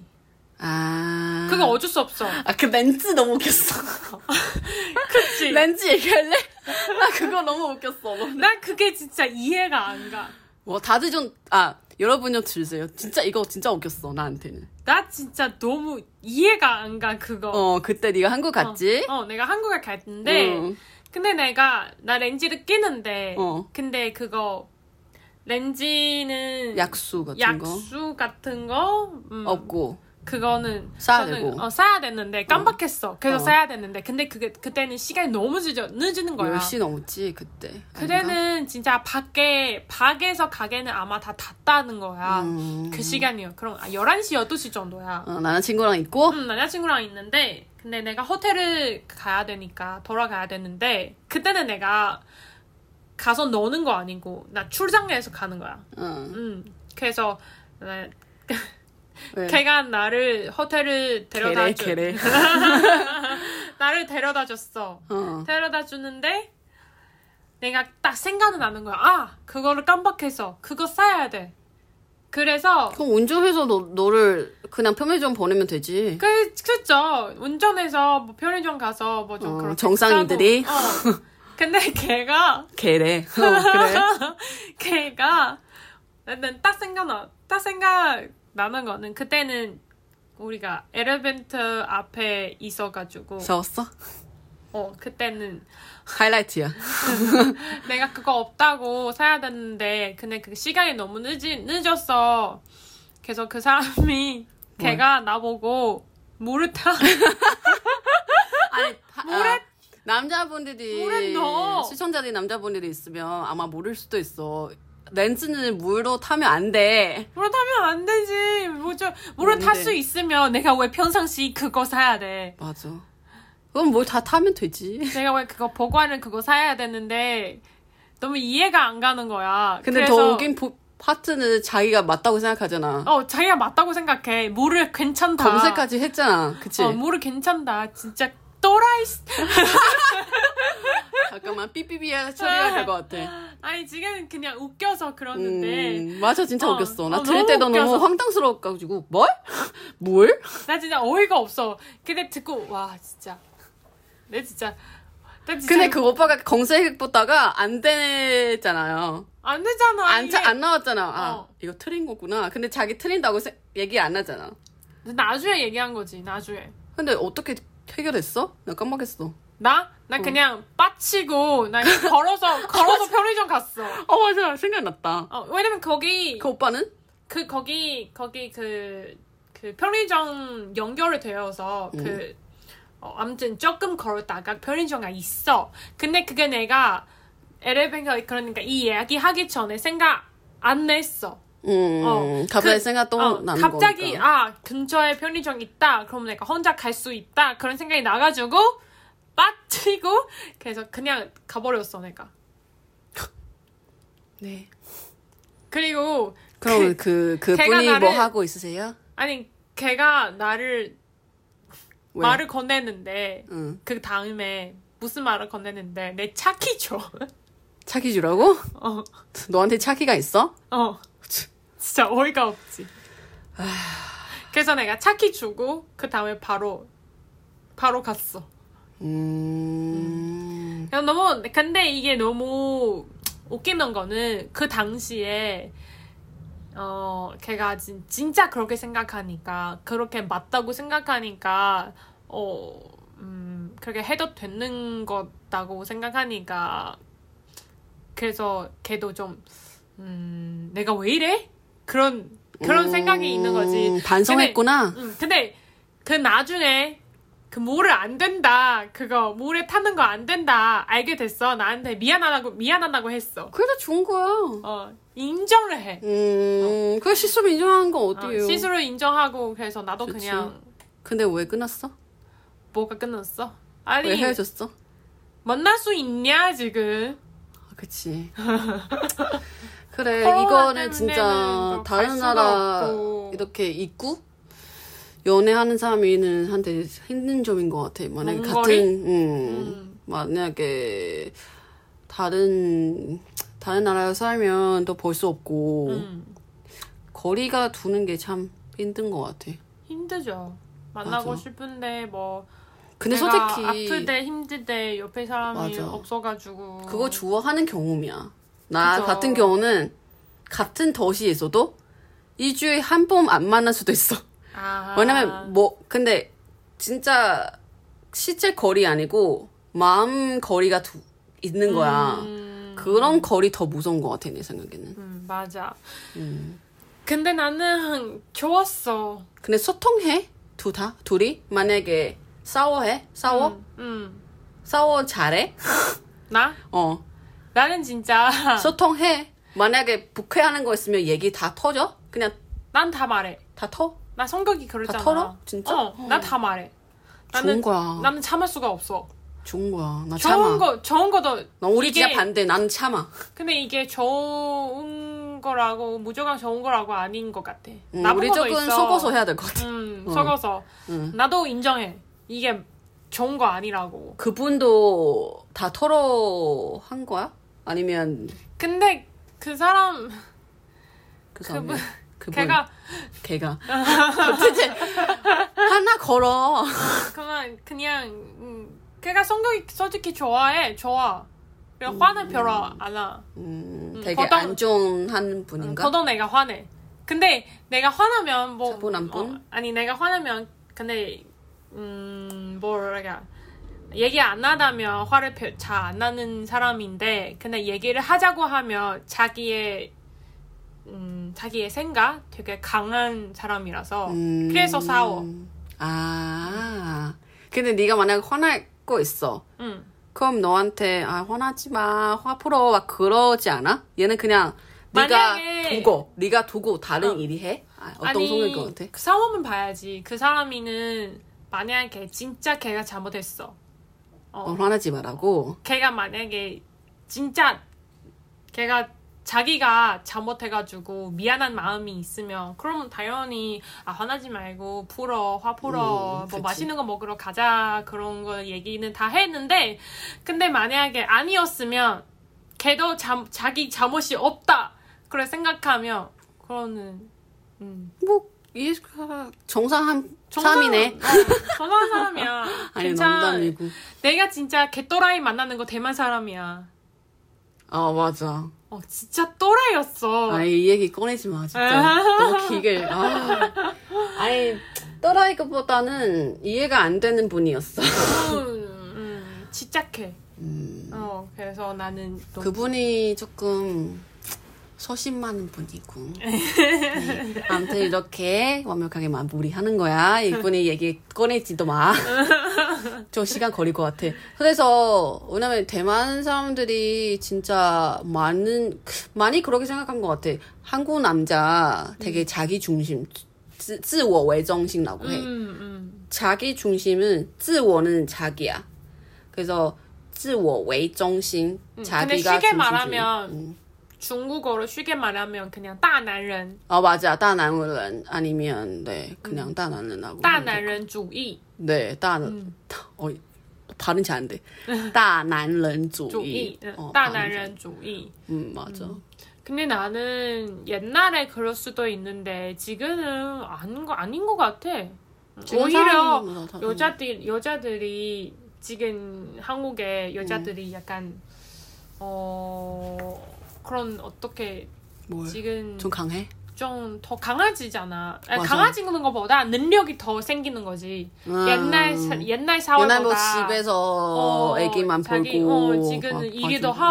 [SPEAKER 1] 아
[SPEAKER 2] 그거 어쩔 수 없어.
[SPEAKER 1] 아그 렌즈 너무 웃겼어.
[SPEAKER 2] 그치?
[SPEAKER 1] 렌즈 얘기할래? 나 그거 너무 웃겼어. 너무.
[SPEAKER 2] 난 그게 진짜 이해가 안 가.
[SPEAKER 1] 뭐 다들 좀 아 여러분 좀 들으세요. 진짜 이거 진짜 웃겼어 나한테는.
[SPEAKER 2] 나 진짜 너무 이해가 안 가 그거.
[SPEAKER 1] 어 그때 네가 한국 갔지?
[SPEAKER 2] 어, 내가 한국에 갔는데,
[SPEAKER 1] 응.
[SPEAKER 2] 근데 내가 나 렌즈를 끼는데,
[SPEAKER 1] 음, 어.
[SPEAKER 2] 근데 그거 렌즈는
[SPEAKER 1] 약수 같은 거
[SPEAKER 2] 약수 같은 거, 음,
[SPEAKER 1] 없고
[SPEAKER 2] 그거는
[SPEAKER 1] 사야
[SPEAKER 2] 저는,
[SPEAKER 1] 되고.
[SPEAKER 2] 어, 사야 됐는데 깜빡했어. 그래서
[SPEAKER 1] 어.
[SPEAKER 2] 사야 됐는데 근데 그게 그때는 시간이 너무 늦어 늦은 거야.
[SPEAKER 1] 10시 넘었지 그때. 아닌가?
[SPEAKER 2] 그때는 진짜 밖에 밖에서 가게는 아마 다 닫다는 거야.
[SPEAKER 1] 음.
[SPEAKER 2] 그 시간이요. 그럼 아, 11시 12시 정도야.
[SPEAKER 1] 어, 나는 친구랑 있고
[SPEAKER 2] 음, 남자친구랑 있는데 근데 내가 호텔을 가야 되니까 돌아가야 되는데 그때는 내가 가서 노는 거 아니고 나 출장에서 가는 거야.
[SPEAKER 1] 어,
[SPEAKER 2] 음. 그래서 나-
[SPEAKER 1] 왜?
[SPEAKER 2] 걔가 나를 호텔을 데려다
[SPEAKER 1] 네. 걔래
[SPEAKER 2] 줘.
[SPEAKER 1] 걔래.
[SPEAKER 2] 나를 데려다 줬어.
[SPEAKER 1] 어.
[SPEAKER 2] 데려다 주는데 내가 딱 생각은 나는 거야. 아, 그거를 깜빡해서 그거 싸야 돼. 그래서
[SPEAKER 1] 그럼 운전해서 너, 너를 그냥 편의점 보내면 되지.
[SPEAKER 2] 그 그죠 운전해서 뭐 편의점 가서 뭐 좀
[SPEAKER 1] 어,
[SPEAKER 2] 그런
[SPEAKER 1] 정상인들이?
[SPEAKER 2] 싸고. 어. 근데 걔가
[SPEAKER 1] 걔래. 어, 그래.
[SPEAKER 2] 걔가 나는 딱 생각나 딱 생각 나는 거는 그때는 우리가 엘리베이터 앞에 있어가지고
[SPEAKER 1] 적었어?
[SPEAKER 2] 어 그때는
[SPEAKER 1] 하이라이트야.
[SPEAKER 2] 내가 그거 없다고 사야 됐는데 근데 그 시간이 너무 늦이, 늦었어 그래서 그 사람이
[SPEAKER 1] 뭐야?
[SPEAKER 2] 걔가 나보고 물을 타
[SPEAKER 1] 아니 하-
[SPEAKER 2] 모래-
[SPEAKER 1] 아, 남자분들이
[SPEAKER 2] 모래 넣어.
[SPEAKER 1] 시청자들이 남자분들이 있으면 아마 모를 수도 있어. 렌즈는 물로 타면 안 돼.
[SPEAKER 2] 물어 타면 안 되지. 뭐죠? 물어
[SPEAKER 1] 안 돼.
[SPEAKER 2] 탈수 있으면 내가 왜 평상시 그거 사야 돼?
[SPEAKER 1] 맞아. 그럼 뭘 다 타면 되지.
[SPEAKER 2] 내가 왜 그거 보관을 그거 사야 되는데 너무 이해가 안 가는 거야.
[SPEAKER 1] 근데 더
[SPEAKER 2] 그래서
[SPEAKER 1] 웃긴 보- 파트는 자기가 맞다고 생각하잖아.
[SPEAKER 2] 어 자기가 맞다고 생각해. 물을 괜찮다.
[SPEAKER 1] 검색까지 했잖아. 그치?
[SPEAKER 2] 어, 물을 괜찮다. 진짜 또라이. 씨-
[SPEAKER 1] 잠깐만 삐삐삐야 처리해야 될 것 같아.
[SPEAKER 2] 아니 지금 그냥 웃겨서
[SPEAKER 1] 음,
[SPEAKER 2] 그러는데
[SPEAKER 1] 맞아 진짜
[SPEAKER 2] 어,
[SPEAKER 1] 웃겼어.
[SPEAKER 2] 어,
[SPEAKER 1] 나 들을
[SPEAKER 2] 너무
[SPEAKER 1] 때도 너무
[SPEAKER 2] 웃겨서.
[SPEAKER 1] 황당스러워가지고 뭘? 뭘?
[SPEAKER 2] 나 진짜 어이가 없어. 근데 듣고 와 진짜 내 진짜 나 진짜
[SPEAKER 1] 근데 그 오빠가 검색보다가 안 되잖아요.
[SPEAKER 2] 안 되잖아.
[SPEAKER 1] 안, 차-
[SPEAKER 2] 이게.
[SPEAKER 1] 안 나왔잖아. 아,
[SPEAKER 2] 어.
[SPEAKER 1] 이거 틀린 거구나. 근데 자기 틀린다고 세- 얘기 안 하잖아.
[SPEAKER 2] 나중에 얘기한 거지 나중에.
[SPEAKER 1] 근데 어떻게 해결했어? 나 깜빡했어.
[SPEAKER 2] 나? 나 그냥 빠치고 나 그냥 걸어서 걸어서 편의점 갔어.
[SPEAKER 1] 어, 맞아. 생각났다.
[SPEAKER 2] 어, 왜냐면 거기
[SPEAKER 1] 그 오빠는?
[SPEAKER 2] 그 거기 거기 그, 그 편의점 연결이 되어서
[SPEAKER 1] 음.
[SPEAKER 2] 그 어, 아무튼 조금 걸었다가 편의점가 있어. 근데 그게 내가 엘리베이터 그러니까 이 이야기 하기 전에 생각 안 냈어.
[SPEAKER 1] 음,
[SPEAKER 2] 어,
[SPEAKER 1] 갑자기
[SPEAKER 2] 그-
[SPEAKER 1] 생각
[SPEAKER 2] 어,
[SPEAKER 1] 떠나는 거.
[SPEAKER 2] 갑자기 아 근처에 편의점 있다. 그럼 내가 혼자 갈 수 있다. 그런 생각이 나가지고 빠뜨리고 그래서 그냥 가버렸어 내가.
[SPEAKER 1] 네.
[SPEAKER 2] 그리고
[SPEAKER 1] 그럼 그, 그
[SPEAKER 2] 걔가
[SPEAKER 1] 분이 뭐
[SPEAKER 2] 나를-
[SPEAKER 1] 하고 있으세요?
[SPEAKER 2] 아니 걔가 나를
[SPEAKER 1] 왜?
[SPEAKER 2] 말을 건네는데
[SPEAKER 1] 응.
[SPEAKER 2] 그 다음에 무슨 말을 건네는데 내 차키 줘.
[SPEAKER 1] 차키 주라고?
[SPEAKER 2] 어,
[SPEAKER 1] 너한테 차키가 있어?
[SPEAKER 2] 어. 진짜 어이가 없지.
[SPEAKER 1] 아.
[SPEAKER 2] 그래서 내가 차키 주고 그 다음에 바로 바로 갔어.
[SPEAKER 1] 음.
[SPEAKER 2] 그냥 너무 근데 이게 너무 웃기는 거는 그 당시에 어 걔가 진, 진짜 그렇게 생각하니까 그렇게 맞다고 생각하니까 어 음, 그렇게 해도 되는 거다고 생각하니까 그래서 걔도 좀 음, 내가 왜 이래? 그런 그런
[SPEAKER 1] 음,
[SPEAKER 2] 생각이 있는 거지.
[SPEAKER 1] 반성했구나.
[SPEAKER 2] 응, 근데 그 나중에 그 모래 안 된다. 그거 모래 타는 거 안 된다. 알게 됐어. 나한테 미안하다고 미안하다고 했어.
[SPEAKER 1] 그래도 좋은 거야.
[SPEAKER 2] 어 인정을 해.
[SPEAKER 1] 음, 그 실수를 인정한 건
[SPEAKER 2] 어,
[SPEAKER 1] 어때요?
[SPEAKER 2] 스스로 인정하고 그래서 나도
[SPEAKER 1] 좋지.
[SPEAKER 2] 그냥
[SPEAKER 1] 근데 왜 끝났어?
[SPEAKER 2] 뭐가 끝났어. 아니
[SPEAKER 1] 왜 헤어졌어?
[SPEAKER 2] 만날 수 있냐 지금?
[SPEAKER 1] 아, 그치. 그래,
[SPEAKER 2] 코로나
[SPEAKER 1] 이거는
[SPEAKER 2] 때문에는
[SPEAKER 1] 진짜
[SPEAKER 2] 또갈
[SPEAKER 1] 다른
[SPEAKER 2] 수도
[SPEAKER 1] 나라
[SPEAKER 2] 없고.
[SPEAKER 1] 이렇게 있고 연애하는 사람이는 한테 힘든 점인 것 같아. 만약에
[SPEAKER 2] 원거리?
[SPEAKER 1] 같은, 음,
[SPEAKER 2] 음.
[SPEAKER 1] 만약에 다른 다른 나라에 살면 또 볼 수 없고
[SPEAKER 2] 음,
[SPEAKER 1] 거리가 두는 게 참 힘든 것 같아.
[SPEAKER 2] 힘들죠. 만나고
[SPEAKER 1] 맞아.
[SPEAKER 2] 싶은데 뭐
[SPEAKER 1] 근데
[SPEAKER 2] 내가
[SPEAKER 1] 솔직히
[SPEAKER 2] 아프대 힘들대 옆에 사람이
[SPEAKER 1] 맞아.
[SPEAKER 2] 없어가지고
[SPEAKER 1] 그거 좋아하는 경험이야. 나
[SPEAKER 2] 그죠.
[SPEAKER 1] 같은 경우는 같은 도시에 있어도 2주에 한 번 안 만날 수도 있어.
[SPEAKER 2] 아,
[SPEAKER 1] 왜냐면 뭐 근데 진짜 실제 거리 아니고 마음 거리가 두- 있는 거야.
[SPEAKER 2] 음.
[SPEAKER 1] 그런 거리 더 무서운 것 같아 내 생각에는.
[SPEAKER 2] 음, 맞아.
[SPEAKER 1] 음.
[SPEAKER 2] 근데 나는 좋았어.
[SPEAKER 1] 근데 소통해 두 다 둘이 만약에 싸워해 싸워
[SPEAKER 2] 음, 음.
[SPEAKER 1] 싸워 잘해
[SPEAKER 2] 나?
[SPEAKER 1] 어
[SPEAKER 2] 나는 진짜
[SPEAKER 1] 소통해 만약에 불쾌하는 거 있으면 얘기 다 터져 그냥
[SPEAKER 2] 난 다 말해.
[SPEAKER 1] 다 터.
[SPEAKER 2] 나 성격이 그러잖아.
[SPEAKER 1] 다 털어? 진짜?
[SPEAKER 2] 어, 나 다 말해.
[SPEAKER 1] 좋은
[SPEAKER 2] 나는
[SPEAKER 1] 거야.
[SPEAKER 2] 나는 참을 수가 없어.
[SPEAKER 1] 좋은 거야. 나 참아.
[SPEAKER 2] 좋은 거 좋은 거도
[SPEAKER 1] 나 우리
[SPEAKER 2] 이게-
[SPEAKER 1] 진짜 반대. 나는 참아.
[SPEAKER 2] 근데 이게 좋은 거라고 무조건 좋은 거라고 아닌 것 같아.
[SPEAKER 1] 음,
[SPEAKER 2] 나쁜
[SPEAKER 1] 우리
[SPEAKER 2] 것도
[SPEAKER 1] 조금
[SPEAKER 2] 있어.
[SPEAKER 1] 속어서 해야 될 것 같아.
[SPEAKER 2] 음,
[SPEAKER 1] 어.
[SPEAKER 2] 속어서.
[SPEAKER 1] 음.
[SPEAKER 2] 나도 인정해. 이게 좋은 거 아니라고.
[SPEAKER 1] 그분도 다 털어 한 거야? 아니면
[SPEAKER 2] 근데 그 사람
[SPEAKER 1] 그 사람
[SPEAKER 2] 그분-
[SPEAKER 1] 그분
[SPEAKER 2] 걔가
[SPEAKER 1] 걔가 도대체 하나 걸어.
[SPEAKER 2] 그냥 그냥 음, 걔가 성격이 솔직히 좋아해 좋아 그냥 화는 별로 안나
[SPEAKER 1] 음,
[SPEAKER 2] 음,
[SPEAKER 1] 되게
[SPEAKER 2] 거동-
[SPEAKER 1] 안 좋은 한 분인가?
[SPEAKER 2] 더더 내가 화내 근데 내가 화나면 뭐
[SPEAKER 1] 자본안본?
[SPEAKER 2] 어, 아니 내가 화나면 근데 음 뭐랄까 얘기 안 하다면 화를 잘 안 나는 사람인데 근데 얘기를 하자고 하면 자기의 음 자기의 생각 되게 강한 사람이라서
[SPEAKER 1] 음.
[SPEAKER 2] 그래서 싸워
[SPEAKER 1] 아. 근데 네가 만약 화날 거 있어.
[SPEAKER 2] 음.
[SPEAKER 1] 그럼 너한테 아 화나지 마, 화 풀어 막 그러지 않아? 얘는 그냥 네가
[SPEAKER 2] 만약에- 어.
[SPEAKER 1] 두고 네가 두고 다른 일이 해? 아, 어떤 성격일 것 같아?
[SPEAKER 2] 그 상황은 봐야지. 그 사람이는 만약에 진짜 걔가 잘못했어.
[SPEAKER 1] 어, 화나지 말라고.
[SPEAKER 2] 걔가 만약에 진짜 걔가 자기가 잘못해가지고 미안한 마음이 있으면 그러면 당연히 아 화나지 말고 풀어 화 풀어
[SPEAKER 1] 음,
[SPEAKER 2] 뭐
[SPEAKER 1] 그치.
[SPEAKER 2] 맛있는 거 먹으러 가자 그런 거 얘기는 다 했는데 근데 만약에 아니었으면 걔도 자, 자기 잘못이 없다 그래 생각하면 그거는 음
[SPEAKER 1] 뭐 이게 사- 정상한
[SPEAKER 2] 정상-
[SPEAKER 1] 사람이네.
[SPEAKER 2] 어, 정상한 사람이야
[SPEAKER 1] 아니
[SPEAKER 2] 괜찮아
[SPEAKER 1] 농담이고.
[SPEAKER 2] 내가 진짜 개또라이 만나는 거 대만 사람이야
[SPEAKER 1] 아 맞아.
[SPEAKER 2] 어 진짜 또라이였어.
[SPEAKER 1] 아이 얘기 꺼내지 마 진짜. 너무 길게. 아. 아니 떠라이 것보다는 이해가 안 되는 분이었어. 그
[SPEAKER 2] 음, 음, 집착해. 어 그래서 나는
[SPEAKER 1] 음.
[SPEAKER 2] 또
[SPEAKER 1] 그분이 조금 소심 많은 분이고. 네. 아무튼 이렇게 완벽하게 마무리하는 거야. 이분이 얘기 꺼내지도 마. 저 시간 걸릴 것 같아. 그래서, 왜냐면 대만 사람들이 진짜 많은, 많이 그렇게 생각한 것 같아. 한국 남자 되게 자기 중심, 自我为中心라고 해.
[SPEAKER 2] 음,
[SPEAKER 1] 자기 중심은 自我는 자기야. 그래서 自我为中心.
[SPEAKER 2] 음, 근데
[SPEAKER 1] 자기가
[SPEAKER 2] 쉽게
[SPEAKER 1] 중심주의.
[SPEAKER 2] 말하면
[SPEAKER 1] 음.
[SPEAKER 2] 중국어로 쉽게 말하면 그냥 大男人,
[SPEAKER 1] 어 맞아. 다나는 아니면 네
[SPEAKER 2] 음.
[SPEAKER 1] 그냥 다나는라고.
[SPEAKER 2] 大男人主义.
[SPEAKER 1] 네 다나.
[SPEAKER 2] 음,
[SPEAKER 1] 어 발음 잘 안 돼. 다난人主义.
[SPEAKER 2] 주의. 응,
[SPEAKER 1] 어, 발음 잘-
[SPEAKER 2] 大男人主义.
[SPEAKER 1] 음 맞아.
[SPEAKER 2] 근데 나는 옛날에 그럴 수도 있는데 지금은 아닌 거 아닌 것 같아.
[SPEAKER 1] 지금
[SPEAKER 2] 오히려
[SPEAKER 1] 사람은 뭐, 다-
[SPEAKER 2] 여자들 여자들이 지금 한국의
[SPEAKER 1] 음.
[SPEAKER 2] 여자들이 약간 어 그런 어떻게
[SPEAKER 1] 뭘?
[SPEAKER 2] 지금
[SPEAKER 1] 좀 강해?
[SPEAKER 2] 좀 더 강아지잖아. 아니,
[SPEAKER 1] 맞아.
[SPEAKER 2] 강아지는 것보다 능력이 더 생기는 거지.
[SPEAKER 1] 음.
[SPEAKER 2] 옛날 사- 옛날 사회보다
[SPEAKER 1] 옛날 뭐 집에서
[SPEAKER 2] 어,
[SPEAKER 1] 애기만
[SPEAKER 2] 자기,
[SPEAKER 1] 보고 아,
[SPEAKER 2] 어, 지금은
[SPEAKER 1] 막
[SPEAKER 2] 일도
[SPEAKER 1] 봐주고.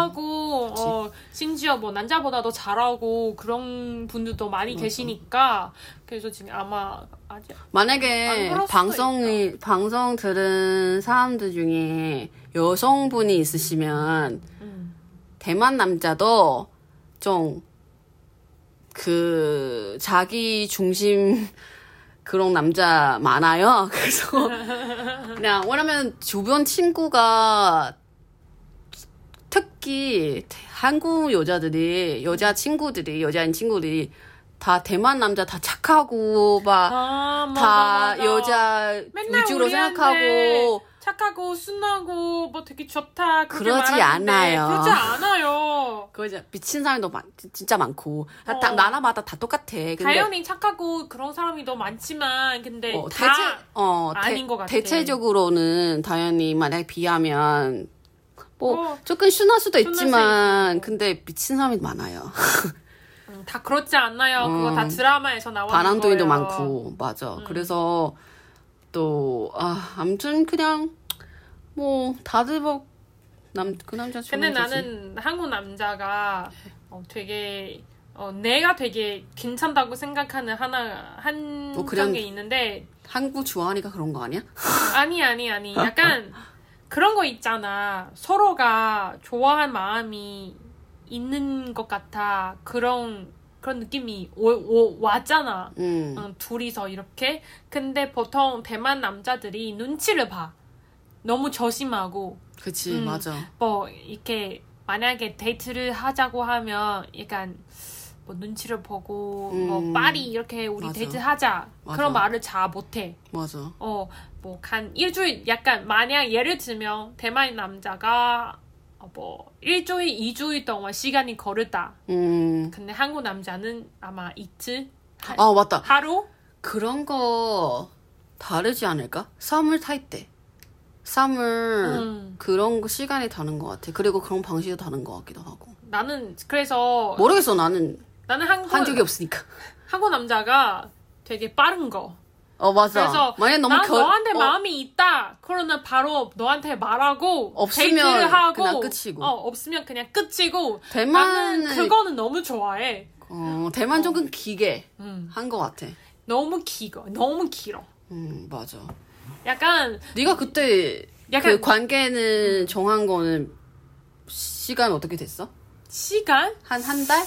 [SPEAKER 2] 하고 어, 심지어 뭐 남자보다도 잘하고 그런 분들도 많이 계시니까 그래서 지금 아마 아직 안
[SPEAKER 1] 만약에
[SPEAKER 2] 그럴 수도
[SPEAKER 1] 방송이 방송 들은 사람들 중에 여성분이 있으시면
[SPEAKER 2] 음.
[SPEAKER 1] 대만 남자도 좀 그 자기 중심 그런 남자 많아요. 그래서 그냥 왜냐면 주변 친구가 특히 태- 한국 여자들이 여자 친구들이 여자인 친구들이 다 대만 남자 다 착하고 막
[SPEAKER 2] 아, 맞아,
[SPEAKER 1] 다
[SPEAKER 2] 맞아.
[SPEAKER 1] 여자
[SPEAKER 2] 맨날
[SPEAKER 1] 위주로
[SPEAKER 2] 우리한테
[SPEAKER 1] 생각하고
[SPEAKER 2] 착하고 순하고 뭐 되게 좋다 그렇게
[SPEAKER 1] 그러지
[SPEAKER 2] 말하는데
[SPEAKER 1] 않아요.
[SPEAKER 2] 그러지 않아요.
[SPEAKER 1] 그 이제 미친 사람도 많, 진짜 많고 다, 다
[SPEAKER 2] 어.
[SPEAKER 1] 나라마다 다 똑같아. 네, 근데
[SPEAKER 2] 당연히 착하고 그런 사람이 더 많지만 근데
[SPEAKER 1] 어,
[SPEAKER 2] 다
[SPEAKER 1] 대체 어
[SPEAKER 2] 아닌 것 같아.
[SPEAKER 1] 대체적으로는 당연히 만약에 비하면 뭐
[SPEAKER 2] 어,
[SPEAKER 1] 조금 순할 수도
[SPEAKER 2] 순할 수
[SPEAKER 1] 있지만 근데 미친 사람이 많아요.
[SPEAKER 2] 음, 다 그렇지 않나요? 그거 다 드라마에서 나오는
[SPEAKER 1] 반항도인도 음.
[SPEAKER 2] 거예요. 음.
[SPEAKER 1] 많고 맞아. 그래서 또 아, 아무튼 그냥 뭐 다들 뭐남그 남자
[SPEAKER 2] 근데
[SPEAKER 1] 좋은 거지.
[SPEAKER 2] 나는 한국 남자가 어, 되게 어, 내가 되게 괜찮다고 생각하는 하나 한
[SPEAKER 1] 어, 그냥-
[SPEAKER 2] 게 있는데
[SPEAKER 1] 한국 주환이가 그런 거 아니야?
[SPEAKER 2] 아니 아니 아니 약간 그런 거 있잖아 서로가 좋아할 마음이 있는 것 같아 그런 그런 느낌이 오, 오- 왔잖아
[SPEAKER 1] 음.
[SPEAKER 2] 어, 둘이서 이렇게 근데 보통 대만 남자들이 눈치를 봐 너무 조심하고
[SPEAKER 1] 그치
[SPEAKER 2] 음.
[SPEAKER 1] 맞아.
[SPEAKER 2] 뭐 이렇게 만약에 데이트를 하자고 하면 약간 뭐 눈치를 보고 뭐
[SPEAKER 1] 음.
[SPEAKER 2] 빨리 이렇게 우리
[SPEAKER 1] 맞아.
[SPEAKER 2] 데이트하자
[SPEAKER 1] 맞아.
[SPEAKER 2] 그런 말을 잘 못해
[SPEAKER 1] 맞아.
[SPEAKER 2] 어 뭐 간 일주일 약간 만약 예를 들면 대만 남자가 어, 뭐 일주일 이주일 동안 시간이 걸었다
[SPEAKER 1] 음.
[SPEAKER 2] 근데 한국 남자는 아마 이틀 하,
[SPEAKER 1] 아, 맞다.
[SPEAKER 2] 하루
[SPEAKER 1] 그런 거 다르지 않을까? 썸을 탈 때. 썸을
[SPEAKER 2] 음.
[SPEAKER 1] 그런 거 시간이 다른 것 같아. 그리고 그런 방식이 다른 것 같기도 하고.
[SPEAKER 2] 나는 그래서
[SPEAKER 1] 모르겠어. 나는
[SPEAKER 2] 나는 한국
[SPEAKER 1] 한 적이 없으니까.
[SPEAKER 2] 한국 남자가 되게 빠른 거
[SPEAKER 1] 어, 맞아.
[SPEAKER 2] 그래서
[SPEAKER 1] 만약에 너무
[SPEAKER 2] 난
[SPEAKER 1] 결-
[SPEAKER 2] 너한테
[SPEAKER 1] 어,
[SPEAKER 2] 마음이 있다. 그러면 바로 너한테 말하고
[SPEAKER 1] 없으면
[SPEAKER 2] 데이트를 하고
[SPEAKER 1] 그냥 끝이고.
[SPEAKER 2] 어, 없으면 그냥 끝이고
[SPEAKER 1] 대만은
[SPEAKER 2] 나는 그거는 너무 좋아해.
[SPEAKER 1] 어, 대만 조금 기게
[SPEAKER 2] 음.
[SPEAKER 1] 한 것 같아.
[SPEAKER 2] 너무 길어. 너무 길어.
[SPEAKER 1] 음, 맞아.
[SPEAKER 2] 약간
[SPEAKER 1] 네가 그때
[SPEAKER 2] 약간-
[SPEAKER 1] 그 관계는 정한 거는 시간 어떻게 됐어?
[SPEAKER 2] 시간
[SPEAKER 1] 한 한 달?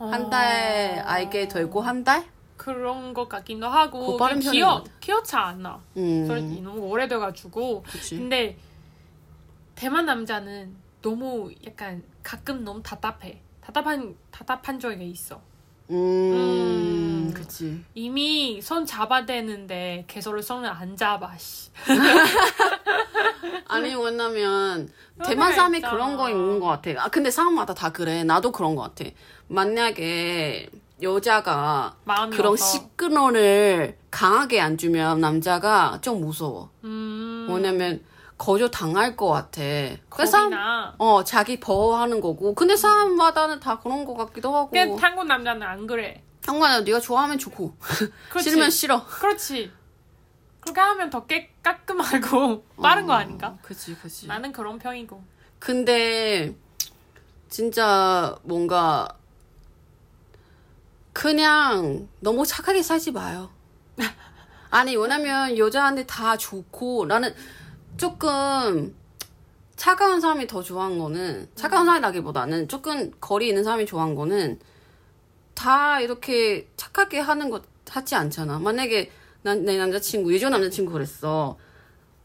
[SPEAKER 2] 어.
[SPEAKER 1] 한 달 알게 되고 한 달?
[SPEAKER 2] 그런 것 같기도 하고
[SPEAKER 1] 그거 빠른
[SPEAKER 2] 그
[SPEAKER 1] 편이네.
[SPEAKER 2] 기억 기억차 안 나.
[SPEAKER 1] 음.
[SPEAKER 2] 솔직히 너무 오래돼가지고.
[SPEAKER 1] 그치.
[SPEAKER 2] 근데 대만 남자는 너무 약간 가끔 너무 답답해. 답답한 답답한 적이 있어.
[SPEAKER 1] 음,
[SPEAKER 2] 음.
[SPEAKER 1] 그치.
[SPEAKER 2] 이미 손 잡아대는데 개소를 손을 안 잡아. 씨.
[SPEAKER 1] 아니 왜냐면
[SPEAKER 2] 그런
[SPEAKER 1] 대만
[SPEAKER 2] 애가
[SPEAKER 1] 사람이
[SPEAKER 2] 있잖아.
[SPEAKER 1] 그런 거 있는 것 같아. 아 근데 사람마다 다 그래. 나도 그런 것 같아. 만약에 여자가
[SPEAKER 2] 마음이
[SPEAKER 1] 그런
[SPEAKER 2] 와서.
[SPEAKER 1] 시그널을 강하게 안 주면 남자가 좀 무서워.
[SPEAKER 2] 음,
[SPEAKER 1] 왜냐면 거절 당할 것 같아. 그 사람
[SPEAKER 2] 겁이나.
[SPEAKER 1] 어 자기 버하는 거고. 근데 사람마다는 다 그런 것 같기도 하고.
[SPEAKER 2] 그냥 한국 남자는 안 그래.
[SPEAKER 1] 상관없어. 네가 좋아하면 좋고
[SPEAKER 2] 그렇지.
[SPEAKER 1] 싫으면 싫어.
[SPEAKER 2] 그렇지. 그렇게 하면 더 깨, 깔끔하고 빠른
[SPEAKER 1] 어.
[SPEAKER 2] 거 아닌가?
[SPEAKER 1] 그치 그치.
[SPEAKER 2] 나는 그런 편이고.
[SPEAKER 1] 근데 진짜 뭔가 그냥 너무 착하게 살지 마요. 아니 왜냐면 여자한테 다 좋고 나는 조금 차가운 사람이 더 좋아한 거는 차가운 사람이라기보다는 조금 거리 있는 사람이 좋아한 거는 다 이렇게 착하게 하는 것 하지 않잖아. 만약에 난, 내 남자친구 예전 남자친구 그랬어.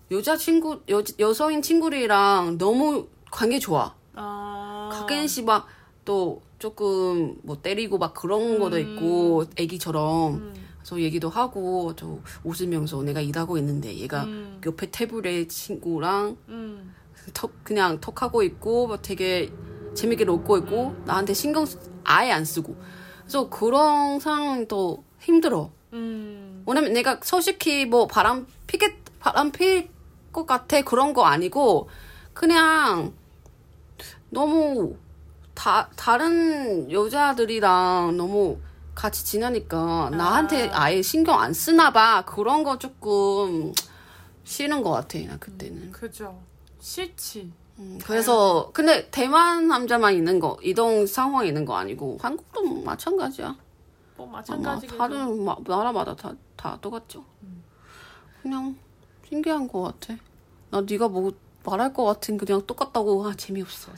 [SPEAKER 1] 여자친구 여, 여성인 친구들이랑 너무 관계 좋아.
[SPEAKER 2] 아,
[SPEAKER 1] 가끔씩 막 또 조금 뭐 때리고 막 그런 것도 있고 애기처럼
[SPEAKER 2] 음,
[SPEAKER 1] 저 얘기도 하고 저 웃으면서 내가 일하고 있는데 얘가
[SPEAKER 2] 음,
[SPEAKER 1] 옆에 테이블에 친구랑
[SPEAKER 2] 음,
[SPEAKER 1] 톡 그냥 톡하고 있고 막 되게 재밌게 놀고 있고 나한테 신경 쓰- 아예 안 쓰고 그래서 그런 상황도 힘들어.
[SPEAKER 2] 음,
[SPEAKER 1] 왜냐면 내가 솔직히 뭐 바람 피게 바람 필 것 같아 그런 거 아니고 그냥 너무 다 다른 여자들이랑 너무 같이 지내니까 나한테 아예 신경 안 쓰나 봐 그런 거 조금 싫은 것 같아 나 그때는
[SPEAKER 2] 그죠. 싫지.
[SPEAKER 1] 음, 그래서 근데 대만 남자만 있는 거 이동 상황 있는 거 아니고 한국도 마찬가지야
[SPEAKER 2] 뭐
[SPEAKER 1] 아마
[SPEAKER 2] 마찬가지겠죠.
[SPEAKER 1] 다른 마- 나라마다 다, 다 똑같죠. 그냥 신기한 것 같아. 나 네가 뭐 말할 것 같은 그냥 똑같다고 아 재미없어.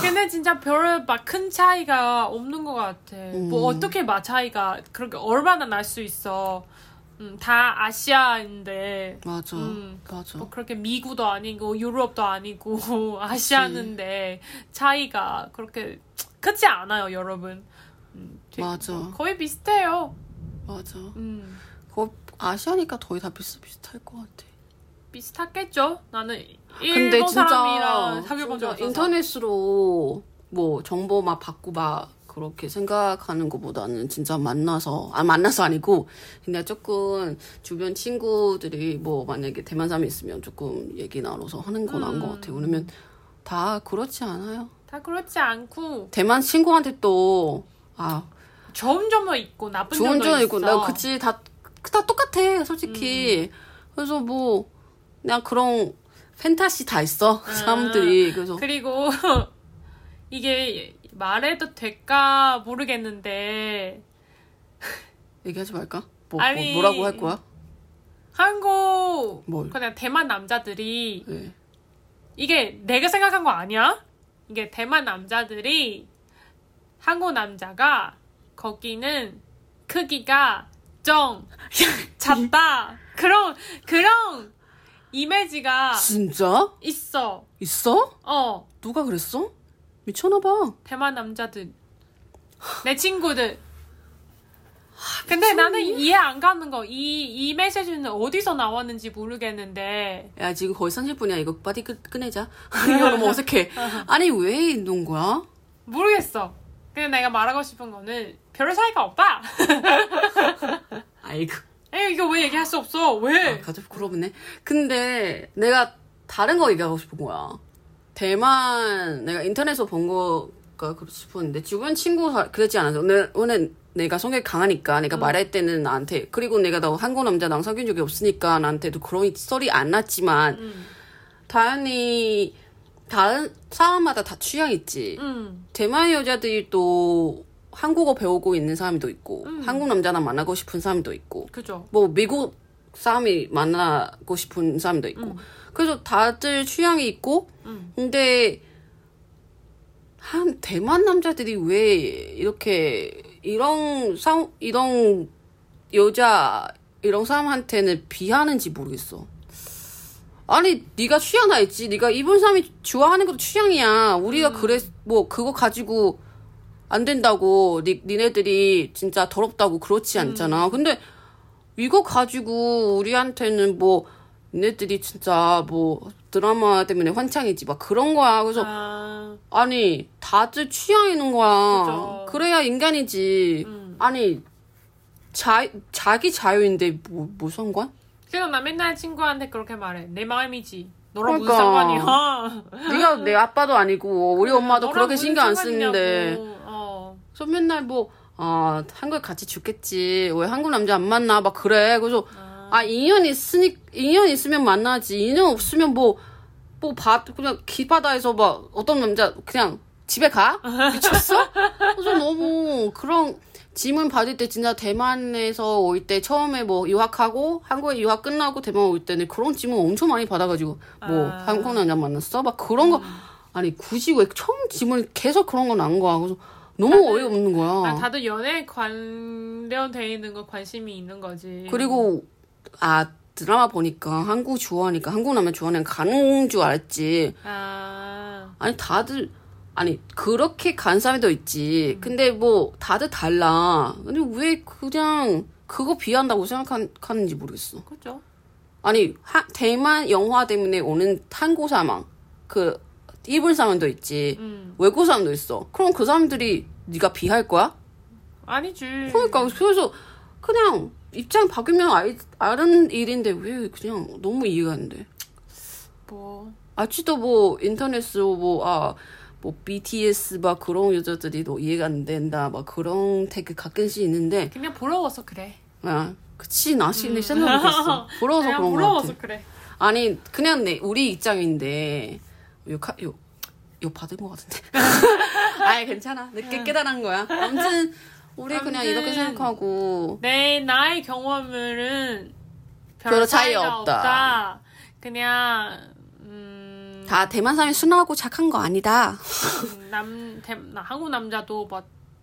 [SPEAKER 2] 근데 진짜 별로 막 큰 차이가 없는 것 같아. 뭐
[SPEAKER 1] 음.
[SPEAKER 2] 어떻게 막 차이가 그렇게 얼마나 날 수 있어. 음, 다 아시아인데
[SPEAKER 1] 맞아,
[SPEAKER 2] 음.
[SPEAKER 1] 맞아.
[SPEAKER 2] 뭐 그렇게 미국도 아니고 유럽도 아니고 아시아는데 차이가 그렇게 크지 않아요, 여러분. 음, 되게
[SPEAKER 1] 맞아. 어.
[SPEAKER 2] 거의 비슷해요.
[SPEAKER 1] 맞아.
[SPEAKER 2] 음,
[SPEAKER 1] 그거 아시아니까 거의 다 비슷비슷할 것 같아.
[SPEAKER 2] 비슷하겠죠? 나는 일본
[SPEAKER 1] 근데 진짜,
[SPEAKER 2] 사람이랑 사귀어본 적
[SPEAKER 1] 진짜
[SPEAKER 2] 없어서.
[SPEAKER 1] 인터넷으로 뭐 정보 막 받고 막 그렇게 생각하는 것보다는 진짜 만나서 아 만나서 아니고 그냥 조금 주변 친구들이 뭐 만약에 대만 사람이 있으면 조금 얘기 나눠서 하는 거 나은
[SPEAKER 2] 음.
[SPEAKER 1] 것 같아요. 왜냐면 다 그렇지 않아요.
[SPEAKER 2] 다 그렇지 않고
[SPEAKER 1] 대만 친구한테 또아
[SPEAKER 2] 좋은 점도 있고 나쁜
[SPEAKER 1] 좋은
[SPEAKER 2] 점도
[SPEAKER 1] 점
[SPEAKER 2] 있어. 음.
[SPEAKER 1] 있고 나 그치 다, 다 똑같아 솔직히 그래서 뭐 그냥 그런 팬타시 다 있어
[SPEAKER 2] 아.
[SPEAKER 1] 사람들이 그래서
[SPEAKER 2] 그리고 이게 말해도 될까 모르겠는데
[SPEAKER 1] 얘기하지 말까? 뭐,
[SPEAKER 2] 아니.
[SPEAKER 1] 뭐 뭐라고 할 거야?
[SPEAKER 2] 한국
[SPEAKER 1] 뭘?
[SPEAKER 2] 그냥 대만 남자들이
[SPEAKER 1] 네.
[SPEAKER 2] 이게 내가 생각한 거 아니야? 이게 대만 남자들이 한국 남자가 거기는 크기가 좀 작다 그런 그런 이미지가
[SPEAKER 1] 진짜?
[SPEAKER 2] 있어.
[SPEAKER 1] 있어?
[SPEAKER 2] 어
[SPEAKER 1] 누가 그랬어? 미쳤나봐.
[SPEAKER 2] 대만 남자들 내 친구들
[SPEAKER 1] 아,
[SPEAKER 2] 근데 나는 이해 안 가는 거 이 이 메시지는 어디서 나왔는지 모르겠는데
[SPEAKER 1] 야, 지금 거의 30분이야. 이거 빠디 끝, 끝내자. 이거 너무 어색해. 아니, 왜 이런 거야?
[SPEAKER 2] 모르겠어 근데 내가 말하고 싶은 거는 별 사이가 없다
[SPEAKER 1] 아이고. 아,
[SPEAKER 2] 에이 이거 왜 얘기할 수 없어 왜
[SPEAKER 1] 가족 부끄럽네. 근데 내가 다른 거 얘기하고 싶은 거야. 대만, 내가 인터넷에서 본 거가 그렇고 싶었는데, 주변 친구 가 그랬지 않았어. 오늘, 오늘 내가 성격이 강하니까,
[SPEAKER 2] 음.
[SPEAKER 1] 내가 말할 때는 나한테, 그리고 내가 너 한국 남자랑 사귄 적이 없으니까, 나한테도 그런 썰이 안 났지만,
[SPEAKER 2] 음.
[SPEAKER 1] 당연히 다른 사람마다 다 취향 있지.
[SPEAKER 2] 음
[SPEAKER 1] 대만 여자들이 또 한국어 배우고 있는 사람도 있고 한국 남자랑 만나고 싶은 사람도 있고
[SPEAKER 2] 그죠
[SPEAKER 1] 뭐 미국 사람이 만나고 싶은 사람도 있고 그래서 다들 취향이 있고 근데 한 대만 남자들이 왜 이렇게 이런 사 이런 여자 이런 사람한테는 비하는지 모르겠어. 아니 네가 취향 알지? 네가 이분 사람이 좋아하는 것도 취향이야. 우리가 그래 뭐 그거 가지고 안 된다고 니, 니네들이 진짜 더럽다고 그렇지 않잖아. 근데 이거 가지고 우리한테는 뭐 니네들이 진짜 뭐 드라마 때문에 환창이지 막 그런 거야. 그래서
[SPEAKER 2] 아,
[SPEAKER 1] 아니 다들 취향이는 거야.
[SPEAKER 2] 그죠. 음.
[SPEAKER 1] 그래야 인간이지. 아니 자 자기 자유인데 뭐, 뭐 상관?
[SPEAKER 2] 그래서 나 맨날 친구한테 그렇게 말해. 내 마음이지. 너랑 무슨
[SPEAKER 1] 그러니까.
[SPEAKER 2] 상관이야?
[SPEAKER 1] 네가 내 아빠도 아니고 우리 엄마도
[SPEAKER 2] 너랑
[SPEAKER 1] 그렇게
[SPEAKER 2] 무슨
[SPEAKER 1] 신경 안
[SPEAKER 2] 상관이냐고.
[SPEAKER 1] 쓰는데.
[SPEAKER 2] 어.
[SPEAKER 1] 그래서 맨날 뭐 아, 한국에 같이 죽겠지. 왜 한국 남자 안 만나? 막 그래. 그래서 아 인연 있으니 인연 있으면 만나지. 인연 없으면 뭐, 뭐뭐바 그냥 길바다에서 막 어떤 남자 그냥 집에 가 미쳤어? 그래서 너무 그런 짐은 받을 때 진짜 대만에서 올 때 처음에 뭐 유학하고 한국에 유학 끝나고 대만 올 때는 그런 짐은 엄청 많이 받아가지고 뭐
[SPEAKER 2] 아.
[SPEAKER 1] 한국 남자 만났어 막 그런 거 아니 굳이 왜 처음 짐을 계속 그런 건 안 거야 그래서 너무 어이없는 거야.
[SPEAKER 2] 아, 다들 연애 관련돼 있는 거 관심이 있는 거지.
[SPEAKER 1] 그리고 아 드라마 보니까 한국 좋아하니까 한국 남면 좋아하는 가는 줄 알았지.
[SPEAKER 2] 아,
[SPEAKER 1] 아니 다들 아니 그렇게 간 사람도 있지. 근데 뭐 다들 달라. 근데 왜 그냥 그거 비한다고 생각하는지 모르겠어.
[SPEAKER 2] 그죠.
[SPEAKER 1] 아니 하- 대만 영화 때문에 오는 한국 사망 그 일본 사람도 있지.
[SPEAKER 2] 음.
[SPEAKER 1] 외국 사람도 있어. 그럼 그 사람들이 네가 비할 거야?
[SPEAKER 2] 아니지.
[SPEAKER 1] 그러니까 그래서 그냥 입장 바뀌면 알, 아는 일인데 왜 그냥 너무 이해가 안 돼.
[SPEAKER 2] 뭐.
[SPEAKER 1] 아직도 뭐 인터넷으로 뭐 아 뭐 BTS 막 그런 여자들이 너 이해가 안 된다 막 그런 태그 가끔씩 있는데
[SPEAKER 2] 그냥 부러워서 그래.
[SPEAKER 1] 아 그치 나 실내 생각 못했어 부러워서
[SPEAKER 2] 음.
[SPEAKER 1] 그런
[SPEAKER 2] 그냥
[SPEAKER 1] 거 같아
[SPEAKER 2] 부러워서 그래.
[SPEAKER 1] 아니 그냥 내 우리 입장인데 욕욕욕 욕 받은 거 같은데 아예 괜찮아 늦게 깨달은 거야 아무튼 우리 그냥
[SPEAKER 2] 음. 아무튼
[SPEAKER 1] 이렇게 생각하고
[SPEAKER 2] 내 나의 경험은 별
[SPEAKER 1] 별로
[SPEAKER 2] 차이가
[SPEAKER 1] 차이가 없다.
[SPEAKER 2] 없다. 그냥 음,
[SPEAKER 1] 다 대만 사람이 순하고 착한 거 아니다.
[SPEAKER 2] 남 대, 나- 한국 남자도 뭐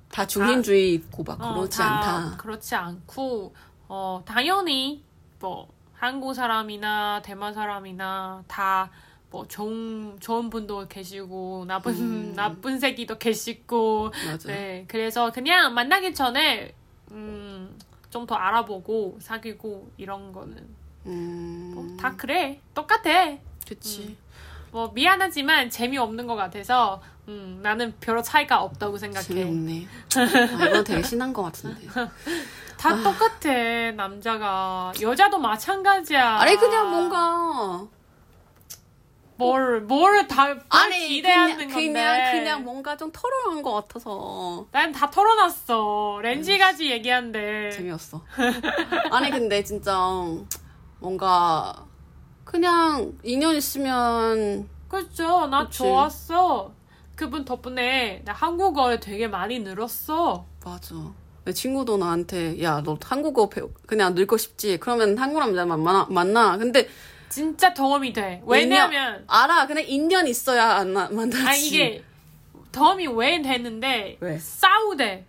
[SPEAKER 1] 다 중심주의 있고 막
[SPEAKER 2] 어,
[SPEAKER 1] 아, 그렇지
[SPEAKER 2] 다
[SPEAKER 1] 않다.
[SPEAKER 2] 그렇지 않고 어 당연히 뭐 한국 사람이나 대만 사람이나 다 뭐 좋은 좋은 분도 계시고 나쁜
[SPEAKER 1] 음.
[SPEAKER 2] 나쁜 새끼도 계시고
[SPEAKER 1] 맞아.
[SPEAKER 2] 네, 그래서 그냥 만나기 전에 음, 좀 더 알아보고 사귀고 이런 거는
[SPEAKER 1] 음,
[SPEAKER 2] 뭐다 그래 똑같아.
[SPEAKER 1] 그치.
[SPEAKER 2] 뭐 미안하지만 재미없는 것 같아서 음, 나는 별로 차이가 없다고 생각해.
[SPEAKER 1] 재미없네. 아, 이건 되게 신난 것 같은데.
[SPEAKER 2] 아. 다 똑같아 남자가 여자도 마찬가지야.
[SPEAKER 1] 아니 그냥 뭔가
[SPEAKER 2] 뭘뭘다
[SPEAKER 1] 아니
[SPEAKER 2] 기대하는
[SPEAKER 1] 그냥,
[SPEAKER 2] 건데.
[SPEAKER 1] 그냥 그냥 뭐 뭔가 좀 털어놓은 것 같아서
[SPEAKER 2] 난 다 털어놨어.
[SPEAKER 1] 음.
[SPEAKER 2] 렌지까지 얘기한데.
[SPEAKER 1] 재미없어. 아니 근데 진짜 뭔가 그냥 인연 있으면
[SPEAKER 2] 그죠. 그렇죠. 나
[SPEAKER 1] 그치.
[SPEAKER 2] 좋았어. 그분 덕분에 나 한국어를 되게 많이 늘었어.
[SPEAKER 1] 맞아. 내 친구도 나한테 야 너 한국어 배우 그냥 늙고 싶지. 그러면 한국 남자 만나 만나. 근데
[SPEAKER 2] 진짜 도움이 돼. 왜냐면
[SPEAKER 1] 알아. 그냥 인연 있어야 안 마- 만나지.
[SPEAKER 2] 아 이게 도움이 왜 됐는데
[SPEAKER 1] 왜?
[SPEAKER 2] 싸우대.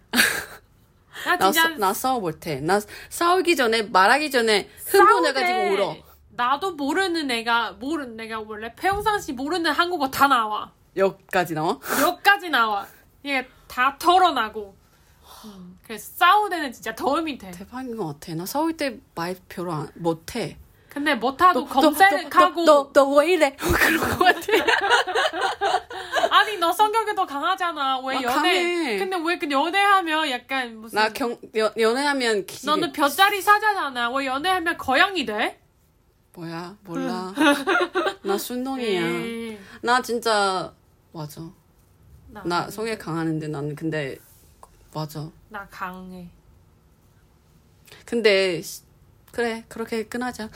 [SPEAKER 2] 나
[SPEAKER 1] 나,
[SPEAKER 2] 진짜
[SPEAKER 1] 싸- 나 싸워 못해. 나 싸우기 전에 말하기 전에 흥분해가지고
[SPEAKER 2] 싸우대.
[SPEAKER 1] 울어.
[SPEAKER 2] 나도 모르는 애가 모르는 내가 원래 평상시 모르는 한국어 다 나와.
[SPEAKER 1] 여기까지 나와?
[SPEAKER 2] 몇 가지 나와. 이게 다 털어나고. 음, 그래서 싸우대는 진짜 도움이 돼.
[SPEAKER 1] 대박인 것 같아. 나 싸울 때 말 별로 안, 못해.
[SPEAKER 2] 근데 못하도 검색하고
[SPEAKER 1] 너너너왜 뭐 이래? 그런 것 같아.
[SPEAKER 2] 아니 너 성격이 더 강하잖아. 왜
[SPEAKER 1] 나
[SPEAKER 2] 연애?
[SPEAKER 1] 강해.
[SPEAKER 2] 근데 왜 그 연애하면 약간 무슨
[SPEAKER 1] 나 경, 연, 연애하면 기
[SPEAKER 2] 너는 벼자리 사자잖아. 왜 연애하면 거양이 돼?
[SPEAKER 1] 뭐야? 몰라. 나 순둥이야.
[SPEAKER 2] 에이,
[SPEAKER 1] 나 진짜 맞아.
[SPEAKER 2] 음, 나, 나.
[SPEAKER 1] 나 성에 강하는데 나는 근데 맞아.
[SPEAKER 2] 강해.
[SPEAKER 1] 근데 시- 그래 그렇게 끝나자.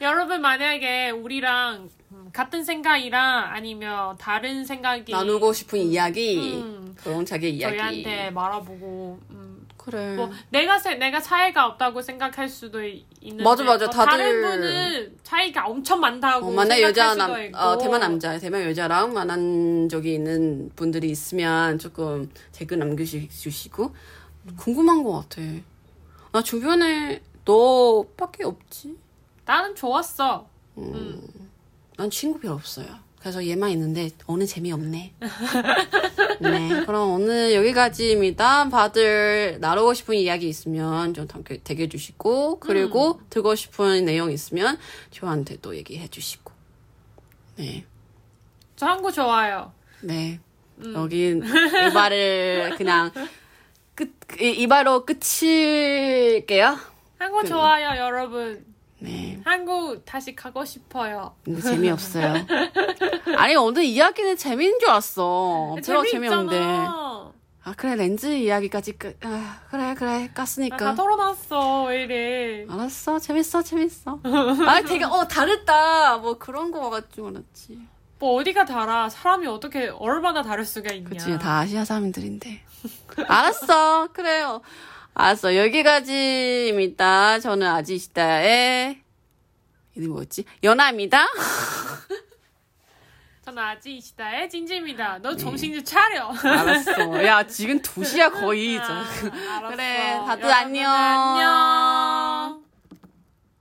[SPEAKER 2] 여러분 만약에 우리랑 음, 같은 생각이랑 아니면 다른 생각이
[SPEAKER 1] 나누고 싶은 이야기
[SPEAKER 2] 음.
[SPEAKER 1] 그런 자기 이야기.
[SPEAKER 2] 저희한테 말아보고 음,
[SPEAKER 1] 그래.
[SPEAKER 2] 뭐 내가 세, 내가 차이가 없다고 생각할 수도 이- 있는데
[SPEAKER 1] 맞아, 맞아.
[SPEAKER 2] 뭐
[SPEAKER 1] 다들-
[SPEAKER 2] 다른 분은 차이가 엄청 많다고
[SPEAKER 1] 어, 만약
[SPEAKER 2] 생각할
[SPEAKER 1] 여자
[SPEAKER 2] 수도
[SPEAKER 1] 남,
[SPEAKER 2] 있고
[SPEAKER 1] 어, 대만 남자, 대만 여자랑 만난 적이 있는 분들이 있으면 조금 댓글 남겨주시고
[SPEAKER 2] 음.
[SPEAKER 1] 궁금한 것 같아. 나 주변에 너밖에 없지.
[SPEAKER 2] 나는 좋았어.
[SPEAKER 1] 난 친구 별로 없어요. 그래서 얘만 있는데 오늘 재미없네. 네, 그럼 오늘 여기까지입니다. 다들 나누고 싶은 이야기 있으면 좀 담겨 대겨 주시고 그리고
[SPEAKER 2] 음.
[SPEAKER 1] 듣고 싶은 내용 있으면 저한테 또 얘기해 주시고. 네.
[SPEAKER 2] 저 한국 좋아요.
[SPEAKER 1] 네.
[SPEAKER 2] 음.
[SPEAKER 1] 여기 이발을 그냥 끝, 이, 이발로 끝일게요.
[SPEAKER 2] 한국 좋아요, 여러분.
[SPEAKER 1] 네.
[SPEAKER 2] 한국 다시 가고 싶어요.
[SPEAKER 1] 근데 재미없어요. 아니, 오늘 이야기는 재미인 줄 알았어. 별로
[SPEAKER 2] 재미있잖아.
[SPEAKER 1] 재미없는데. 아, 그래, 렌즈 이야기까지 끝. 아, 그래, 그래.
[SPEAKER 2] 나다 아,
[SPEAKER 1] 깠으니까.
[SPEAKER 2] 털어놨어. 왜 이래?
[SPEAKER 1] 알았어. 재밌어, 재밌어. 아, 되게, 어, 다르다. 뭐 그런 거 같지 않았지.
[SPEAKER 2] 뭐 어디가 달아? 사람이 어떻게 얼마나 다를 수가 있냐?
[SPEAKER 1] 그치, 다 아시아 사람들인데. 알았어, 그래요. 알았어, 여기까지입니다. 저는 아지시다의, 이름 뭐였지? 연아입니다.
[SPEAKER 2] 저는 아지이시다의 진지입니다.
[SPEAKER 1] 네.
[SPEAKER 2] 너 정신 좀 차려.
[SPEAKER 1] 알았어. 야, 지금 2시야, 거의.
[SPEAKER 2] 아,
[SPEAKER 1] 저.
[SPEAKER 2] 알았어.
[SPEAKER 1] 그, 그래, 다들
[SPEAKER 2] 여러분,
[SPEAKER 1] 안녕.
[SPEAKER 2] 안녕.